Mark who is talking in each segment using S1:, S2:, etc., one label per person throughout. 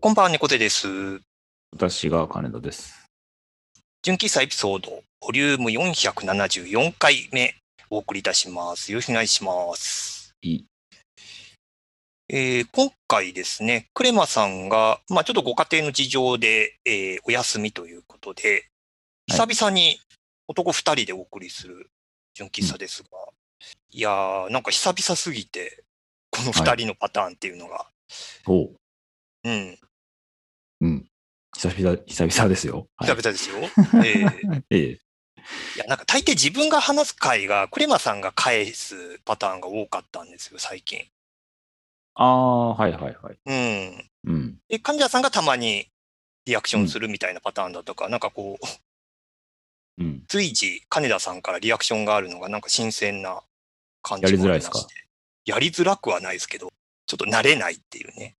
S1: こんばんは、猫背です。
S2: 私が金田です。
S1: 純喫茶エピソード、ボリューム474回目、お送りいたします。よろしくお願いします。
S2: いい。
S1: えー今回ですね、クレマさんが、まあ、ちょっとご家庭の事情で、えーお休みということで、
S2: は
S1: 久々に男2人でお送りする純喫茶ですが、いやー、なんか久々すぎて、この2人のパターンっていうのが、
S2: おう。
S1: うん、
S2: うん。久々、久々ですよ。はい
S1: 久々です よ。えー
S2: ええ。
S1: いや、なんか大抵自分が話す回が、クレマさんが返すパターンが多かったんですよ、最近。
S2: ああ、はいはいはい。
S1: うん。
S2: うん。
S1: で、患者さんがたまにリアクションするみたいなパターンだとか、なんかこう、
S2: うん。
S1: 随時、金田さんからリアクションがあるのが、なんか新鮮な感じ
S2: やりづ
S1: もあ
S2: ら
S1: ま
S2: いですか
S1: してやりづらくはないですけど、ちょっと慣れないっていうね。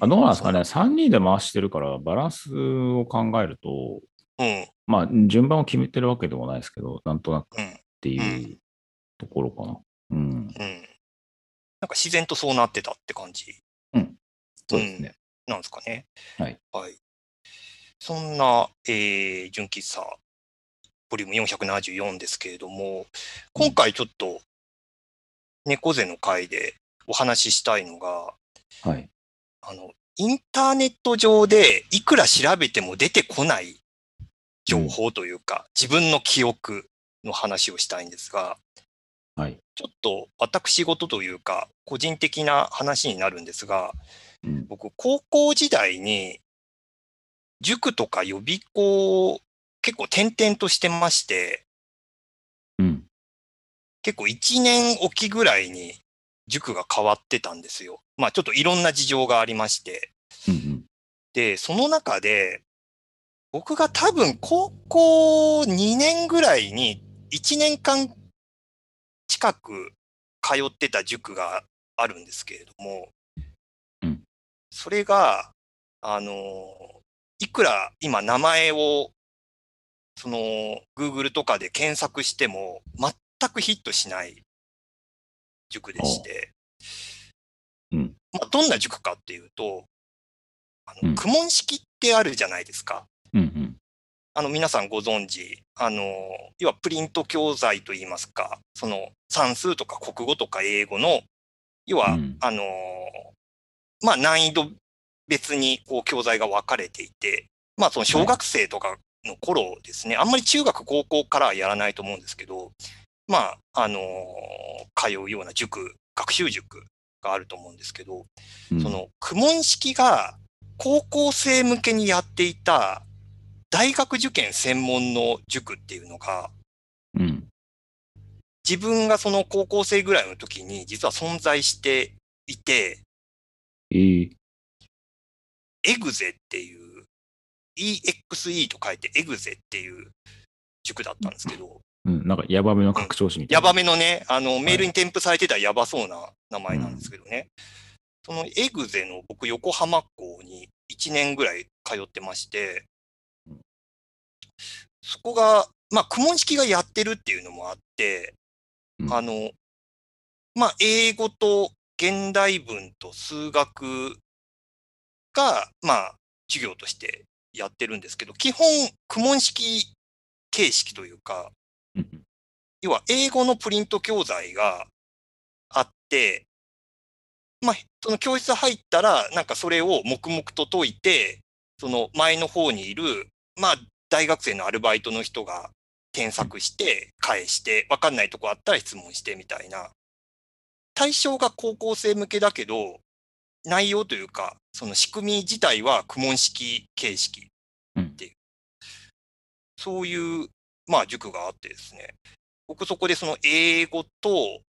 S2: あどうなんですかね。3人で回してるから、バランスを考えると、
S1: うん。
S2: まあ、順番を決めてるわけでもないですけど、なんとなくっていうところかな。うん。
S1: うん。なんか自然とそうなってたって感じ
S2: そうですね。
S1: なんですかね。
S2: はい。
S1: はい、そんな、えー純喫茶、ボリューム474ですけれども、今回ちょっと、猫背の回でお話ししたいのが、
S2: はい。
S1: あの、インターネット上でいくら調べても出てこない情報というか、自分の記憶の話をしたいんですが、
S2: はい。
S1: ちょっと私事というか、個人的な話になるんですが、
S2: うん。
S1: 僕、高校時代に、塾とか予備校を結構転々としてまして、
S2: うん。
S1: 結構1年おきぐらいに塾が変わってたんですよ。まあちょっといろんな事情がありまして。
S2: うんうん。
S1: で、その中で、僕が多分高校2年ぐらいに1年間近く通ってた塾があるんですけれども、
S2: うん
S1: それが、あの、いくら今名前を、その、Google とかで検索しても全くヒットしない塾でして、
S2: おうん
S1: まあ、どんな塾かっていうと、あの
S2: うん
S1: 苦問式ってあるじゃないですか。
S2: うんうん。
S1: あの、皆さんご存知、あの、要はプリント教材といいますか、その算数とか国語とか英語の、要は、
S2: うん
S1: あの、まあ難易度別にこう教材が分かれていて、まあその小学生とかの頃ですね、あんまり中学高校からはやらないと思うんですけど、まあ、あの、通うような塾、学習塾があると思うんですけど、
S2: うん
S1: そ、の、苦問式が高校生向けにやっていた大学受験専門の塾っていうのが、
S2: うん。
S1: 自分がその高校生ぐらいの時に実は存在していて、
S2: えー、
S1: エグゼっていう、EXE と書いてエグゼっていう塾だったんですけど、
S2: うん。なんか、ヤバめの拡張子みたい
S1: ヤ
S2: な。
S1: バめのね、あの、メールに添付されてたヤバそうな名前なんですけどね。そのエグゼの僕、横浜校に1年ぐらい通ってまして
S2: うん、
S1: そこが、まあ、苦問式がやってるっていうのもあって
S2: う、ん
S1: あの、まあ、英語と現代文と数学が、まあ、授業としてやってるんですけど、基本、苦問式形式というか、
S2: うんうん。
S1: 要は英語のプリント教材があって、まあ、その教室入ったら、なんかそれを黙々と解いて、その前の方にいる、まあ、大学生のアルバイトの人が添削して、返して、わかんないとこあったら質問してみたいな。対象が高校生向けだけど、内容というか、その仕組み自体は苦問式形式っていう、そういう、まあ、塾があってですね。僕そこでその英語と、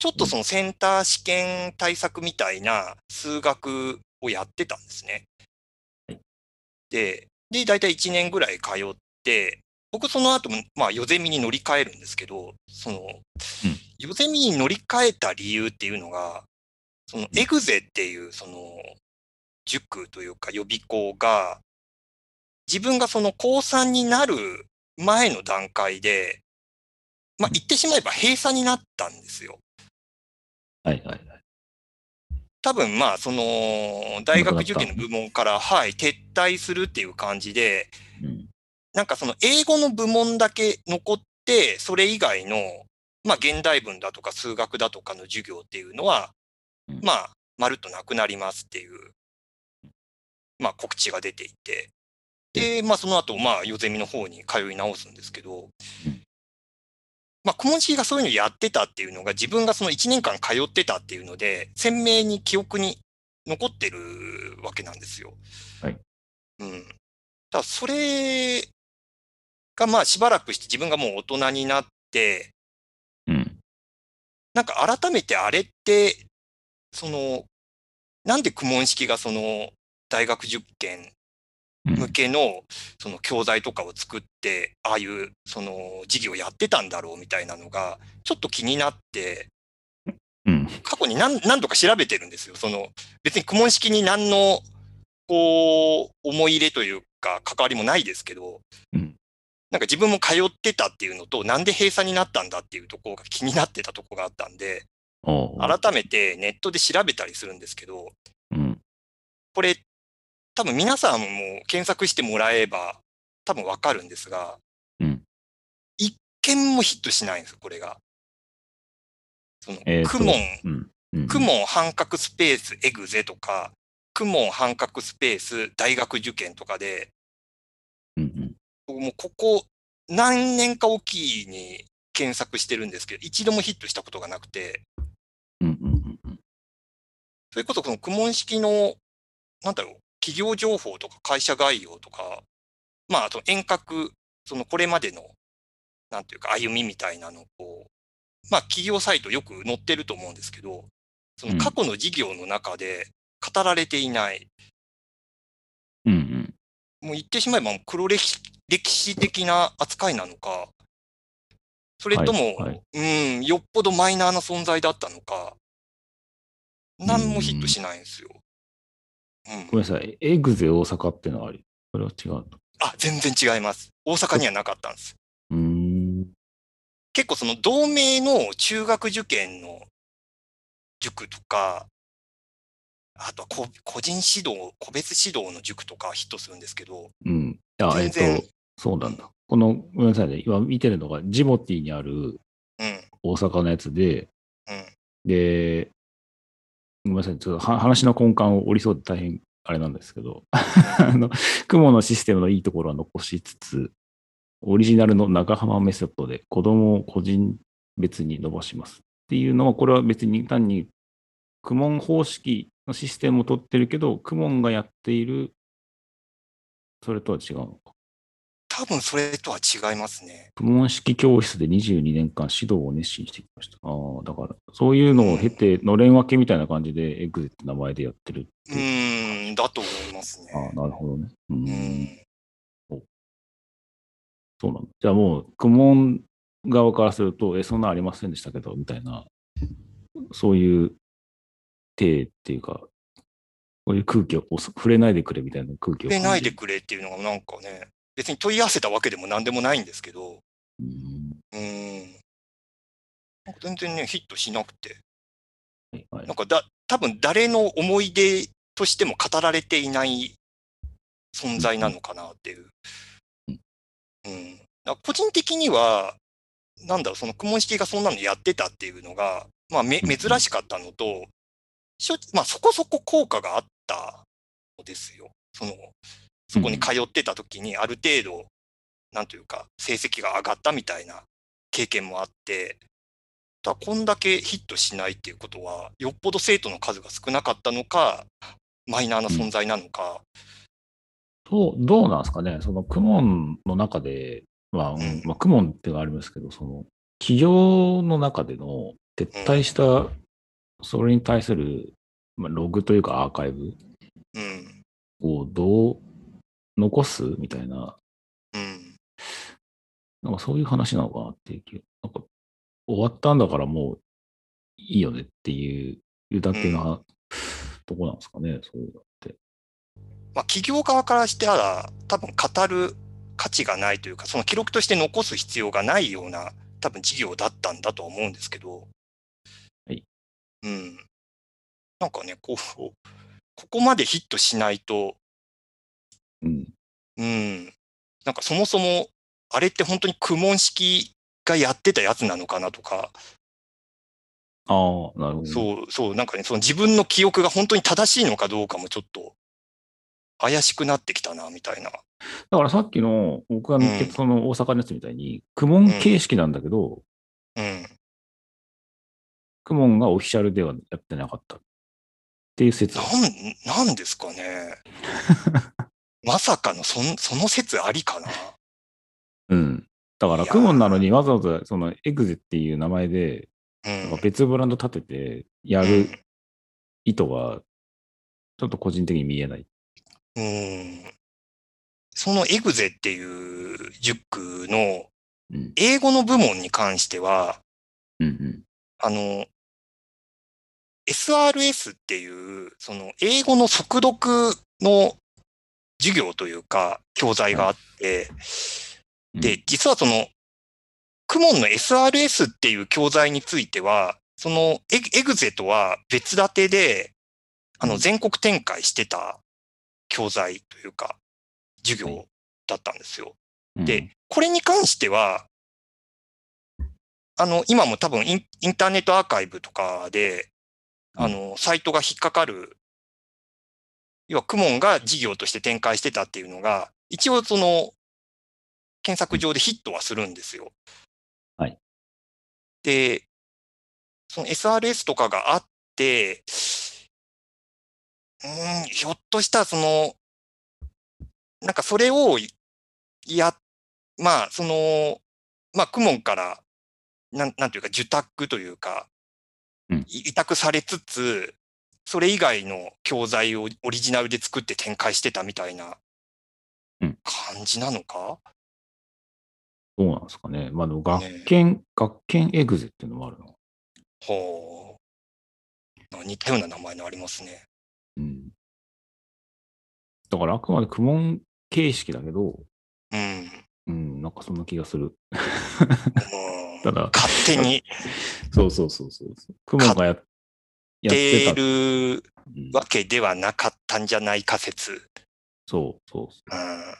S1: ちょっとそのセンター試験対策みたいな数学をやってたんですね
S2: はい。
S1: で、で、大体1年ぐらい通って、僕その後も、まあ、ヨゼミに乗り換えるんですけど、その、ヨゼミに乗り換えた理由っていうのが、そのエグゼっていう、その、塾というか予備校が、自分がその高3になる前の段階で、まあ、言ってしまえば閉鎖になったんですよ。
S2: はいはいはい。
S1: 多分まあ、その、大学受験の部門から、はい、撤退するっていう感じで、
S2: うん。
S1: なんかその英語の部門だけ残って、それ以外の、まあ現代文だとか数学だとかの授業っていうのは
S2: うん、
S1: まあ、まるっとなくなりますっていう、まあ告知が出ていて、で、まあその後、まあ、ヨゼミの方に通い直すんですけど
S2: うん、
S1: まあ、小文字がそういうのやってたっていうのが、自分がその1年間通ってたっていうので、鮮明に記憶に残ってるわけなんですよ。
S2: はい。
S1: うん。ただそれがまあしばらくして自分がもう大人になって、
S2: うん。
S1: なんか改めてあれって、その、なんで苦問式がその大学受験
S2: うん
S1: 向けのその教材とかを作って、ああいうその授業やってたんだろうみたいなのが、ちょっと気になって、
S2: うん。
S1: 過去に何何度か調べてるんですよ。その別に苦問式に何のこう思い入れというか関わりもないですけど、
S2: うん
S1: なんか自分も通ってたっていうのと、なんで閉鎖になったんだっていうところが気になってたところがあったんで、
S2: おう
S1: 改めてネットで調べたりするんですけど、
S2: うん。
S1: これ、多分皆さんも検索してもらえば、多分わかるんですが、
S2: うん
S1: 一件もヒットしないんですよ、これが。その、
S2: えーと
S1: クモン、
S2: うん。うん。
S1: クモン半角スペースエグゼとか、クモン半角スペース大学受験とかで、
S2: うんうん。
S1: 僕もうここ何年かおきに検索してるんですけど、一度もヒットしたことがなくて、
S2: うんうんうんうん。
S1: それこそこの苦問式の、なんだろう、企業情報とか会社概要とか、まあ、あと遠隔、そのこれまでの、なんていうか、歩みみたいなのをこう、まあ、企業サイトよく載ってると思うんですけど、その過去の事業の中で語られていない、
S2: うんうん。
S1: もう言ってしまえばもう黒歴史歴史的な扱いなのか、それとも、
S2: はいはい
S1: うん、よっぽどマイナーな存在だったのか、何もヒットしないんですよ。
S2: ご
S1: う
S2: め
S1: ん、
S2: んなさい。エグゼ大阪ってのはあり。それは違うと。
S1: あ、全然違います。大阪にはなかったんです。
S2: うーん。
S1: 結構その同盟の中学受験の塾とか、あとはこ個人指導、個別指導の塾とかヒットするんですけど、
S2: うん。あ、え
S1: 全
S2: っ、
S1: 然
S2: と、そうなんだ。この、ごめんなさいね。今見てるのが、ジモティーにある
S1: うん、うん、
S2: 大阪のやつで、で、ごめんなさい。ちょっとは話の根幹を折りそうで大変あれなんですけど、 あの、雲のシステムのいいところは残しつつ、オリジナルの長浜メソッドで子供を個人別に伸ばしますっていうのは、これは別に単にクモン方式のシステムを取ってるけど、クモンがやっている、それとは違うのか。
S1: 多分それとは違いますね。
S2: クモン式教室で22年間指導を熱心にしてきました。ああ、だから、そういうのを経て、のれん分けみたいな感じで、エグゼって名前でやってる。
S1: うーん、だと思いますね。
S2: ああ、なるほどね。うー
S1: うんん、
S2: そうなの。じゃあもう、苦問側からすると、え、そんなんありませんでしたけど、みたいな、そういう体っていうか、そういう空気をこう触れないでくれみたいな空気
S1: 触
S2: を感じ
S1: れ
S2: る。
S1: ないでくれっていうのがなんかね、別に問い合わせたわけでも何でもないんですけど、
S2: うん
S1: うーん。なんか全然ね、ヒットしなくて。
S2: はいはい
S1: なんかだ、多分誰の思い出としても語られていない存在なのかなっていう。
S2: う
S1: うんん。だから個人的には、なんだろう、その、苦問式がそんなのやってたっていうのが、まあ、め、
S2: うん
S1: 珍しかったのと、しょまあ、そこそこ効果があったのですよ。その、そこに通ってた時に、ある程度、なんというか、成績が上がったみたいな経験もあって、だからこんだけヒットしないっていうことは、よっぽど生徒の数が少なかったのか、マイナーな存在なのか、
S2: どう、どうなんですかね、その公文の中で、まあ、う
S1: うん
S2: んまあ、公文っていうのがありますけど、その、企業の中での撤退した、それに対する、まあ、ログというかアーカイブ
S1: うん、
S2: をどう残すみたいな、
S1: うん、
S2: なんかそういう話なのかなっていう気なんか、終わったんだからもういいよねっていう、いうだけな、とこなんですかね、そういうのって。
S1: まあ、企業側からしたら、多分語る価値がないというか、その記録として残す必要がないような、多分事業だったんだと思うんですけど、
S2: はい
S1: うん、なんかね、こう、ここまでヒットしないと、
S2: うん。
S1: うん、なんかそもそも、あれって本当に苦問式がやってたやつなのかなとか、
S2: ああ、なるほど。
S1: そう、そう、なんかね、その自分の記憶が本当に正しいのかどうかもちょっと怪しくなってきたな、みたいな。
S2: だからさっきの、僕が見つけ
S1: うん
S2: たその大阪のやつみたいに、クモン形式なんだけど、
S1: うん。
S2: クモンがオフィシャルではやってなかった。っていう説。
S1: なん、なんですかね。まさかの、そん、その説ありかな。
S2: うん。だから、
S1: いやー
S2: クモンなのにわざわざ、その、エグゼっていう名前で、
S1: う
S2: なんか
S1: ん。
S2: 別ブランド立ててや
S1: う
S2: る
S1: ん
S2: 意図が、ちょっと個人的に見えない。
S1: うん。そのエグゼっていう塾の
S2: うん。
S1: 英語の部門に関しては、
S2: うんうん。
S1: あの、SRS っていう、その英語の速読の授業というか、教材があって、
S2: うん
S1: で、、実はその、クモンの SRS っていう教材については、そのエグエグゼとは別立てで、あ
S2: う
S1: の、
S2: ん
S1: 全国展開してた教材というか、授業だったんですよ。
S2: うん
S1: で、、これに関しては、あの、今も多分インインターネットアーカイブとかで、
S2: うん
S1: あの、サイトが引っかかる、要はクモンが事業として展開してたっていうのが、一応その、検索上でヒットはするんですよ。
S2: はい。
S1: で、その SRS とかがあって、うーん、ひょっとしたらその、なんかそれをやっまあ、その、まあ、クモンから、なん、なんていうか、受託というか、
S2: うん
S1: い委託されつつ、それ以外の教材をオリジナルで作って展開してたみたいな
S2: うん
S1: 感じなのか、
S2: どうなんですかね。まあでも、
S1: ね
S2: 学研、学研エグゼっていうのもあるの。
S1: ほう。なんか似たような名前のありますね。
S2: うん。だから、あくまで苦問形式だけど、
S1: うん。
S2: うん、なんかそんな気がする。
S1: うん
S2: ただ、
S1: 勝手に
S2: そうそうそうそうそう。雲がややって
S1: 出
S2: た。
S1: る
S2: うん
S1: わけではなかったんじゃないか説。
S2: そうそうそ
S1: うん。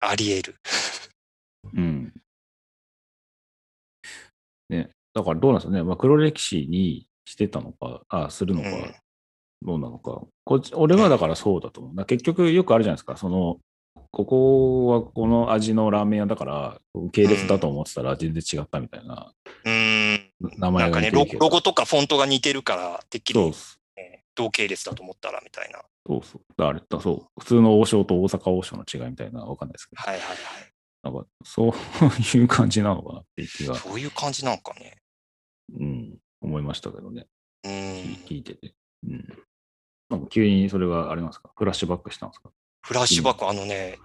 S1: あり得る。
S2: う。うん。ね。だからどうなんですかね。まあ、黒歴史にしてたのか、あするのか、
S1: うん
S2: どうなのか。こっち俺はだからそうだと思う。だから結局よくあるじゃないですか。その、ここはこの味のラーメン屋だから、系列だと思ってたら全然違ったみたいな、
S1: うん。
S2: 名
S1: な
S2: 前
S1: んか
S2: が似
S1: ね
S2: てる
S1: ロ、
S2: けど
S1: ロゴとかフォントが似てるから、てっき
S2: そう
S1: り
S2: っす
S1: 同系列だと思ったらみたいな。
S2: そうそう。だからあれだそう。普通の王将と大阪王将の違いみたいな、わかんないですけど。
S1: はいはいはい。
S2: なんか、そういう感じなのかなっていう気が、
S1: そういう感じなんかね。
S2: うん、思いましたけどね。
S1: う
S2: 聞
S1: ん。
S2: 聞いてて。うん。なんか急にそれがありますかフラッシュバックしたんですか
S1: フラッシュバック、あのね、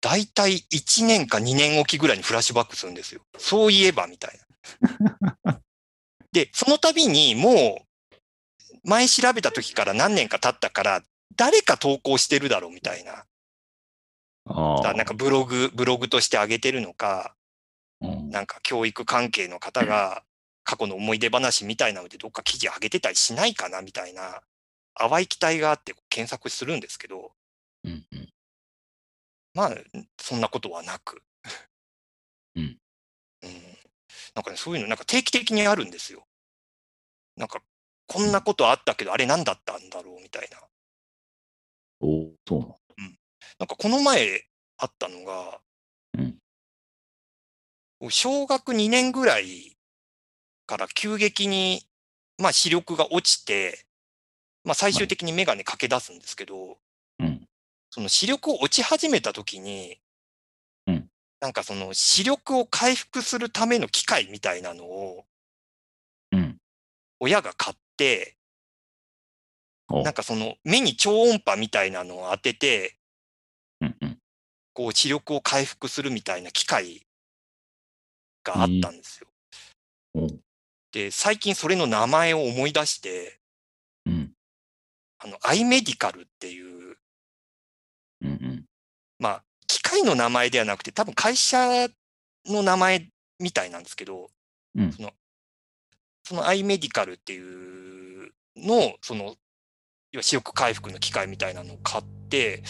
S1: だいたい1年か2年おきぐらいにフラッシュバックするんですよ。そういえばみたいな。 で、その度にもう、前調べた時から何年か経ったから、誰か投稿してるだろうみたいな。
S2: ああ。
S1: なんかブログ、ブログとして上げてるのか、
S2: うん、
S1: なんか教育関係の方が過去の思い出話みたいなのでどっか記事上げてたりしないかなみたいな淡い期待があって検索するんですけど、
S2: うんうん。
S1: まあ、そんなことはなく。
S2: うん
S1: うんなんかね、そういうのなんか定期的にあるんですよ。なんか、こんなことあったけど、あれ何だったんだろうみたいな。
S2: おーそうなの。
S1: なんかこの前あったのが、
S2: うん
S1: 小学2年ぐらいから急激に、まあ、視力が落ちて、まあ、最終的に眼鏡かけ出すんですけど、
S2: うん。
S1: その視力を落ち始めた時に、
S2: うん
S1: なんかその視力を回復するための機械みたいなのを
S2: うん。
S1: 親が買って、
S2: お
S1: なんかその目に超音波みたいなのを当てて、
S2: うんうん。
S1: こう視力を回復するみたいな機会があったんですよ。
S2: お
S1: で、最近それの名前を思い出して、
S2: うん。
S1: あの、アイメディカルっていう、
S2: うんうん。
S1: まあ、機械の名前ではなくて、多分会社の名前みたいなんですけど、
S2: うん
S1: その、そのアイメディカルっていうの、その、要は視力回復の機械みたいなのを買って、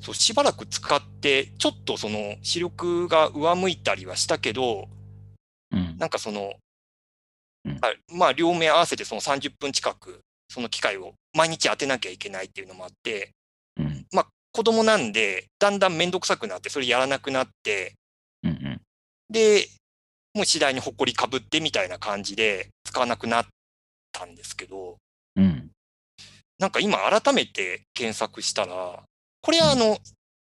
S1: そうしばらく使って、ちょっとその視力が上向いたりはしたけど、
S2: うん。
S1: なんかその、
S2: うん。
S1: あまあ、両目合わせてその30分近く、その機械を毎日当てなきゃいけないっていうのもあって、
S2: うん。
S1: まあ、子供なんで、だんだんめんどくさくなって、それやらなくなって、
S2: うんうん。
S1: で、もう次第にほこりかぶってみたいな感じで使わなくなったんですけど、
S2: うん。
S1: なんか今改めて検索したら、これはあの、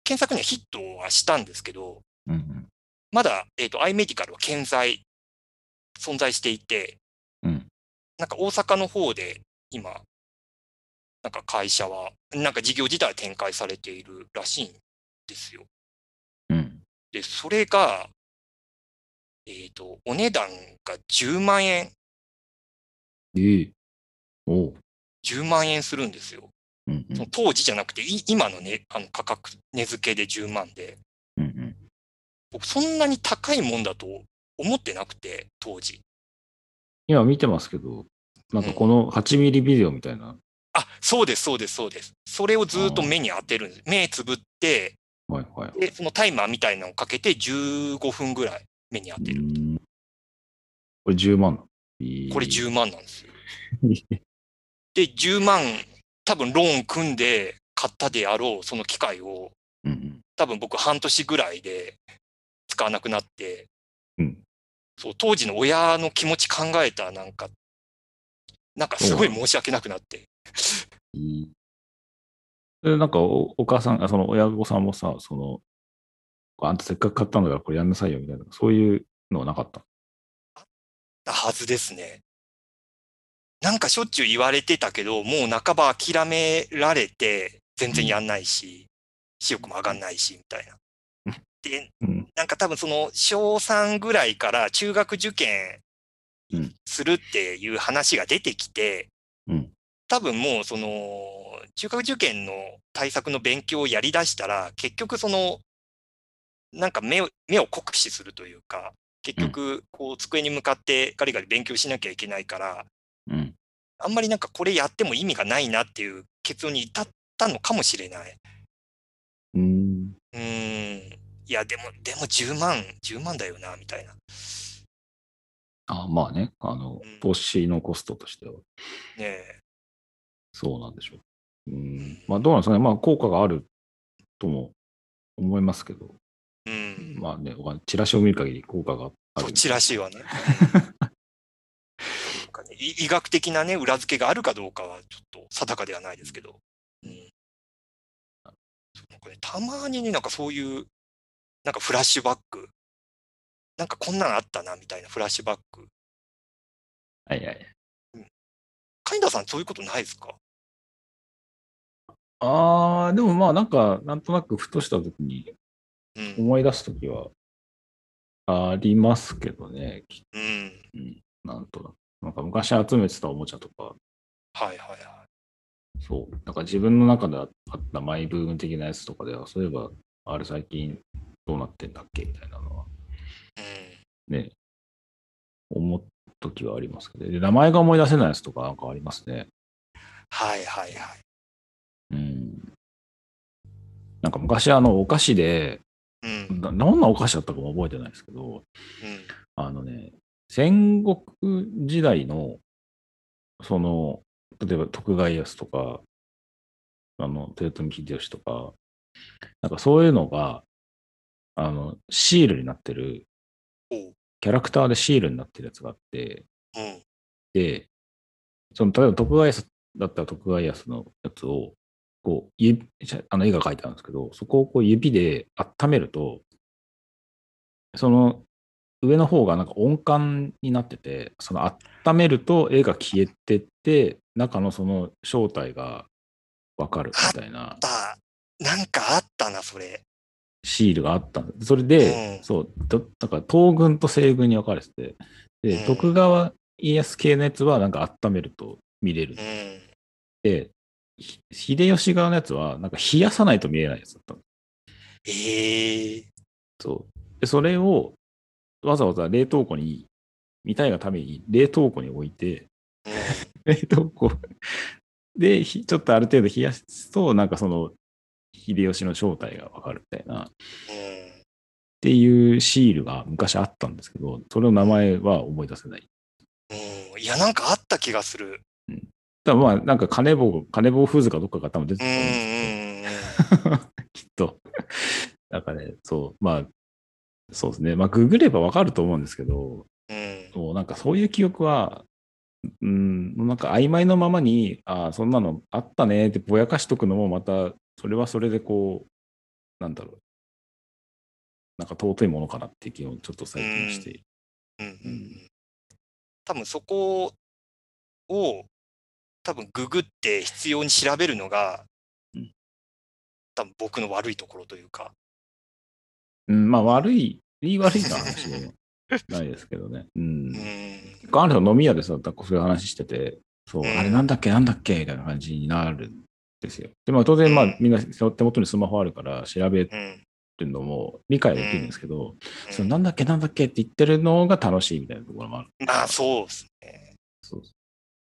S1: 検索にはヒットはしたんですけど、
S2: うんうん。
S1: まだ、えっ、と、アイメディカルは健在、存在していて、
S2: うん。
S1: なんか大阪の方で今、なんか会社は、なんか事業自体展開されているらしいんですよ。
S2: うん。
S1: で、それが、えっ、と、お値段が10万円、
S2: ええ。おう。
S1: 10万円するんですよ。
S2: うんう
S1: その
S2: ん。
S1: 当時じゃなくて、い今のね、あの価格、値付けで10万で、
S2: うんうん。
S1: 僕そんなに高いもんだと思ってなくて、当時。
S2: 今見てますけど、なん
S1: う
S2: か
S1: ん。
S2: この8ミリビデオみたいな。
S1: あ、そうです、そうです、そうです。それをずっと
S2: あ
S1: 目に当てるんです。目つぶって、
S2: あ、はいはいは
S1: で、そのタイマーみたいなのをかけて15分ぐらい目に当
S2: い。う
S1: てる。
S2: ん。これ10万なの。
S1: これ
S2: いい。
S1: 10万なんですよ。で、10万、多分ローン組んで買ったであろう、その機械を、
S2: うんうん。
S1: 多分僕半年ぐらいで使わなくなって、
S2: うん。
S1: そう、当時の親の気持ち考えたらなんか、なんかす
S2: そう
S1: ごい
S2: なん
S1: 申し訳なくなって。
S2: いい。で、なんかお、お母さん、あその親御さんもさ、その、あんたせっかく買ったんだからこれやんなさいよみたいな、そういうのはなかった。
S1: あったはずですね。なんかしょっちゅう言われてたけど、もう半ば諦められて、全
S2: う
S1: 然
S2: ん。
S1: やんないし、視力も上がんないし、みたいな。で、
S2: うん。
S1: なんか多分その小3ぐらいから中学受験
S2: うん。
S1: するっていう話が出てきて、
S2: うん。
S1: 多分もうその中学受験の対策の勉強をやりだしたら、結局そのなんか目を、目を酷使するというか、結
S2: うん。
S1: 局、こう、机に向かってガリガリ勉強しなきゃいけないから、
S2: うん。
S1: あんまりなんかこれやっても意味がないなっていう結論に至ったのかもしれない。
S2: うん。
S1: うーん。いや、でも、でも10万、10万だよな、みたいな。
S2: あ、まあね、あの、
S1: うん。
S2: 投資のコストとしては、
S1: ねえ。
S2: そうなんでしょう。う。
S1: うん
S2: まあ、
S1: ん。
S2: どうなんですかね。まあ、効果があるとも思いますけど、
S1: うん。
S2: まあね、わチラシを見る限り効果があ
S1: そう、
S2: るみ
S1: チラ
S2: たいな。
S1: シ はね。うん。なんかね、い医学的なね、裏付けがあるかどうかは、ちょっと定かではないですけど。うん。なんかね、たまにね、なんかそういう、なんかフラッシュバック、なんかこんなんあったな、みたいなフラッシュバック。
S2: はいはい。
S1: うんカインダーさん、そういうことないですか
S2: ああ、でもまあ、なんか、なんとなくふとした時に
S1: うん。
S2: 思い出す時は、ありますけどね、き
S1: うん。
S2: うん、なんとなく。なんか昔集めてたおもちゃとか、
S1: はいはいは
S2: そう、なんか自分の中であったマイブーム的なやつとかでは、そういえば、あれ最近どうなってんだっけみたいなのは、
S1: い。うん。
S2: ね、思った時はありますけど、で、名前が思い出せないやつとかなんかありますね。
S1: はいはいはい。
S2: うん。なんか昔あのお菓子で、
S1: うん。
S2: な、どんなお菓子だったかも覚えてないですけど、
S1: うん。
S2: あのね、戦国時代の、その、例えば徳川家康とか、あの、豊臣秀吉とか、なんかそういうのが、あの、シールになってる、
S1: おう。
S2: キャラクターでシールになってるやつがあって、
S1: うん。
S2: で、その、例えば徳川家康だったら徳川家康のやつを、こう、指、あの絵が描いてあるんですけど、そこをこう指で温めると、その上の方がなんか温感になってて、その温めると絵が消えてって、中のその正体がわかる
S1: あ
S2: み
S1: った
S2: いな
S1: た。なんかあったな、それ。
S2: シールがあったんです。それ
S1: う
S2: で、
S1: ん。
S2: そう、どなんか東軍と西軍に分かれてて、
S1: う
S2: で、徳
S1: ん。
S2: 川家康系のやつはなんか温めると見れる
S1: うん。
S2: で、ひ秀吉側のやつは、なんか冷やさないと見えないやつだったの。
S1: ええ
S2: そう。で、それをわざわざ冷凍庫に、見たいがために冷凍庫に置いて、
S1: うん。
S2: 冷凍庫で、ひちょっとある程度冷やすと、なんかその、秀吉の正体がわかるみたいな、っ
S1: うん。
S2: ていうシールが昔あったんですけど、それの名前は思い出せない。
S1: うん、いや、なんかあった気がする。
S2: ただまあ、なんか金棒、金棒フーズかどっかが多分出て
S1: うんう
S2: たと思うん
S1: ん
S2: ですけど、
S1: うんうん。
S2: きっと。 なんかね、そう、まあ、そうですね。まあ、ググればわかると思うんですけど、
S1: うん
S2: もうなんかそういう記憶は、うん、なんか曖昧のままに、ああ、そんなのあったねってぼやかしとくのも、また、それはそれでこう、なんだろう、なんか尊いものかなっていう気をちょっと最近している。
S1: うんうんうん多分そこを多分ググって必要に調べるのが
S2: うん
S1: 多分僕の悪いところというか、
S2: うん、まあ、悪い、言い悪いな話もないですけどね。うん
S1: う。ん、
S2: ある人飲み屋でさ、なんかそういう話してて、そう、
S1: うん
S2: あれなんだっけ、なんだっけ、みたいな感じになるんですよ。で、まあ当然、ま
S1: うん
S2: あみんな手元にスマホあるから調べ
S1: うんうん
S2: るのも理解できるんですけど、そのなんだっけ、なんだっけって言ってるのが楽しいみたいなところもある。
S1: まあそうですね。
S2: そう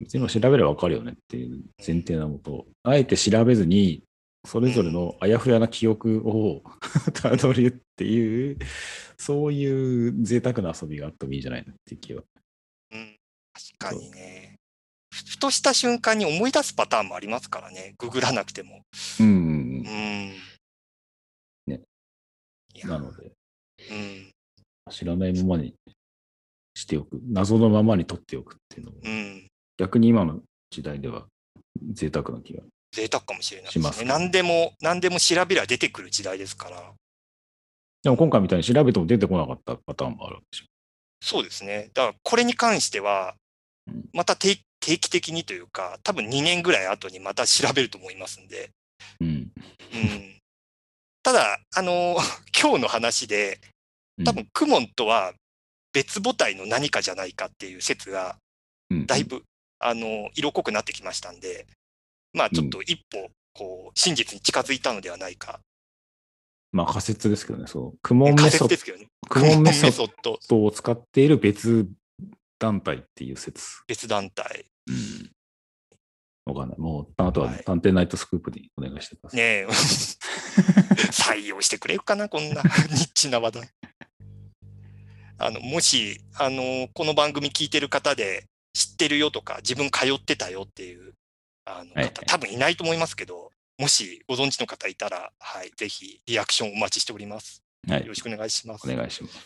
S2: 別にもう調べればわかるよねっていう前提のもと、あえて調べずに、それぞれのあやふやな記憶を たどるっていう、そういう贅沢な遊びがあってもいいんじゃないのっていう気は。
S1: うん、確かにね。ふふとした瞬間に思い出すパターンもありますからね、ググらなくても。
S2: うんうんうん
S1: う。ん。
S2: ね。
S1: いや、
S2: な
S1: う
S2: ので。
S1: ん。
S2: 知らないままにしておく、謎のままに取っておくっていうのも、
S1: うん。
S2: 逆に今の時代では贅沢な気が。
S1: 贅沢かもしれない
S2: し
S1: で
S2: ますす
S1: ね。
S2: ね
S1: 何でも、何でも調べりゃ出てくる時代ですから。
S2: でも今回みたいに調べても出てこなかったパターンもあるわけでしょ。
S1: そうですね。だからこれに関しては
S2: うん、
S1: また定定期的にというか、多分2年ぐらい後にまた調べると思いますん で。
S2: うん。
S1: うん、ただ、あの 今日の話で、多分クモンとは別母体の何かじゃないかっていう説が、
S2: うん、
S1: だいぶ、あの色濃くなってきましたんで、まあちょっと一歩、こう、真実に近づいたのではないか。
S2: まあ仮説ですけどね、そう。クモンメ
S1: 仮説
S2: ソ
S1: で
S2: ッ
S1: すけどね。
S2: ド、クモンメソ
S1: メ
S2: ッ
S1: ソッド、
S2: ドを使っている別団体っていう説。
S1: 別団体。
S2: わかんない。もう、あとは
S1: はい
S2: 探偵ナイトスクープにお願いしてください。
S1: ねえ、採用してくれるかな、こんなニッチな話題。あのもしあの、この番組聞いてる方で、知ってるよとか、自分通ってたよっていうあの方、
S2: はいはい
S1: 多分いないと思いますけど、もしご存知の方いたら、はい、ぜひリアクションお待ちしております。
S2: は
S1: よ
S2: い
S1: ろ。しくお願いします。
S2: お願いします。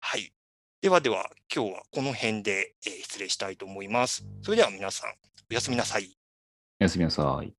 S1: はい。ではでは、今日はこの辺で、えー失礼したいと思います。それでは皆さん、おやすみなさい。
S2: おやすみなさい。
S3: 「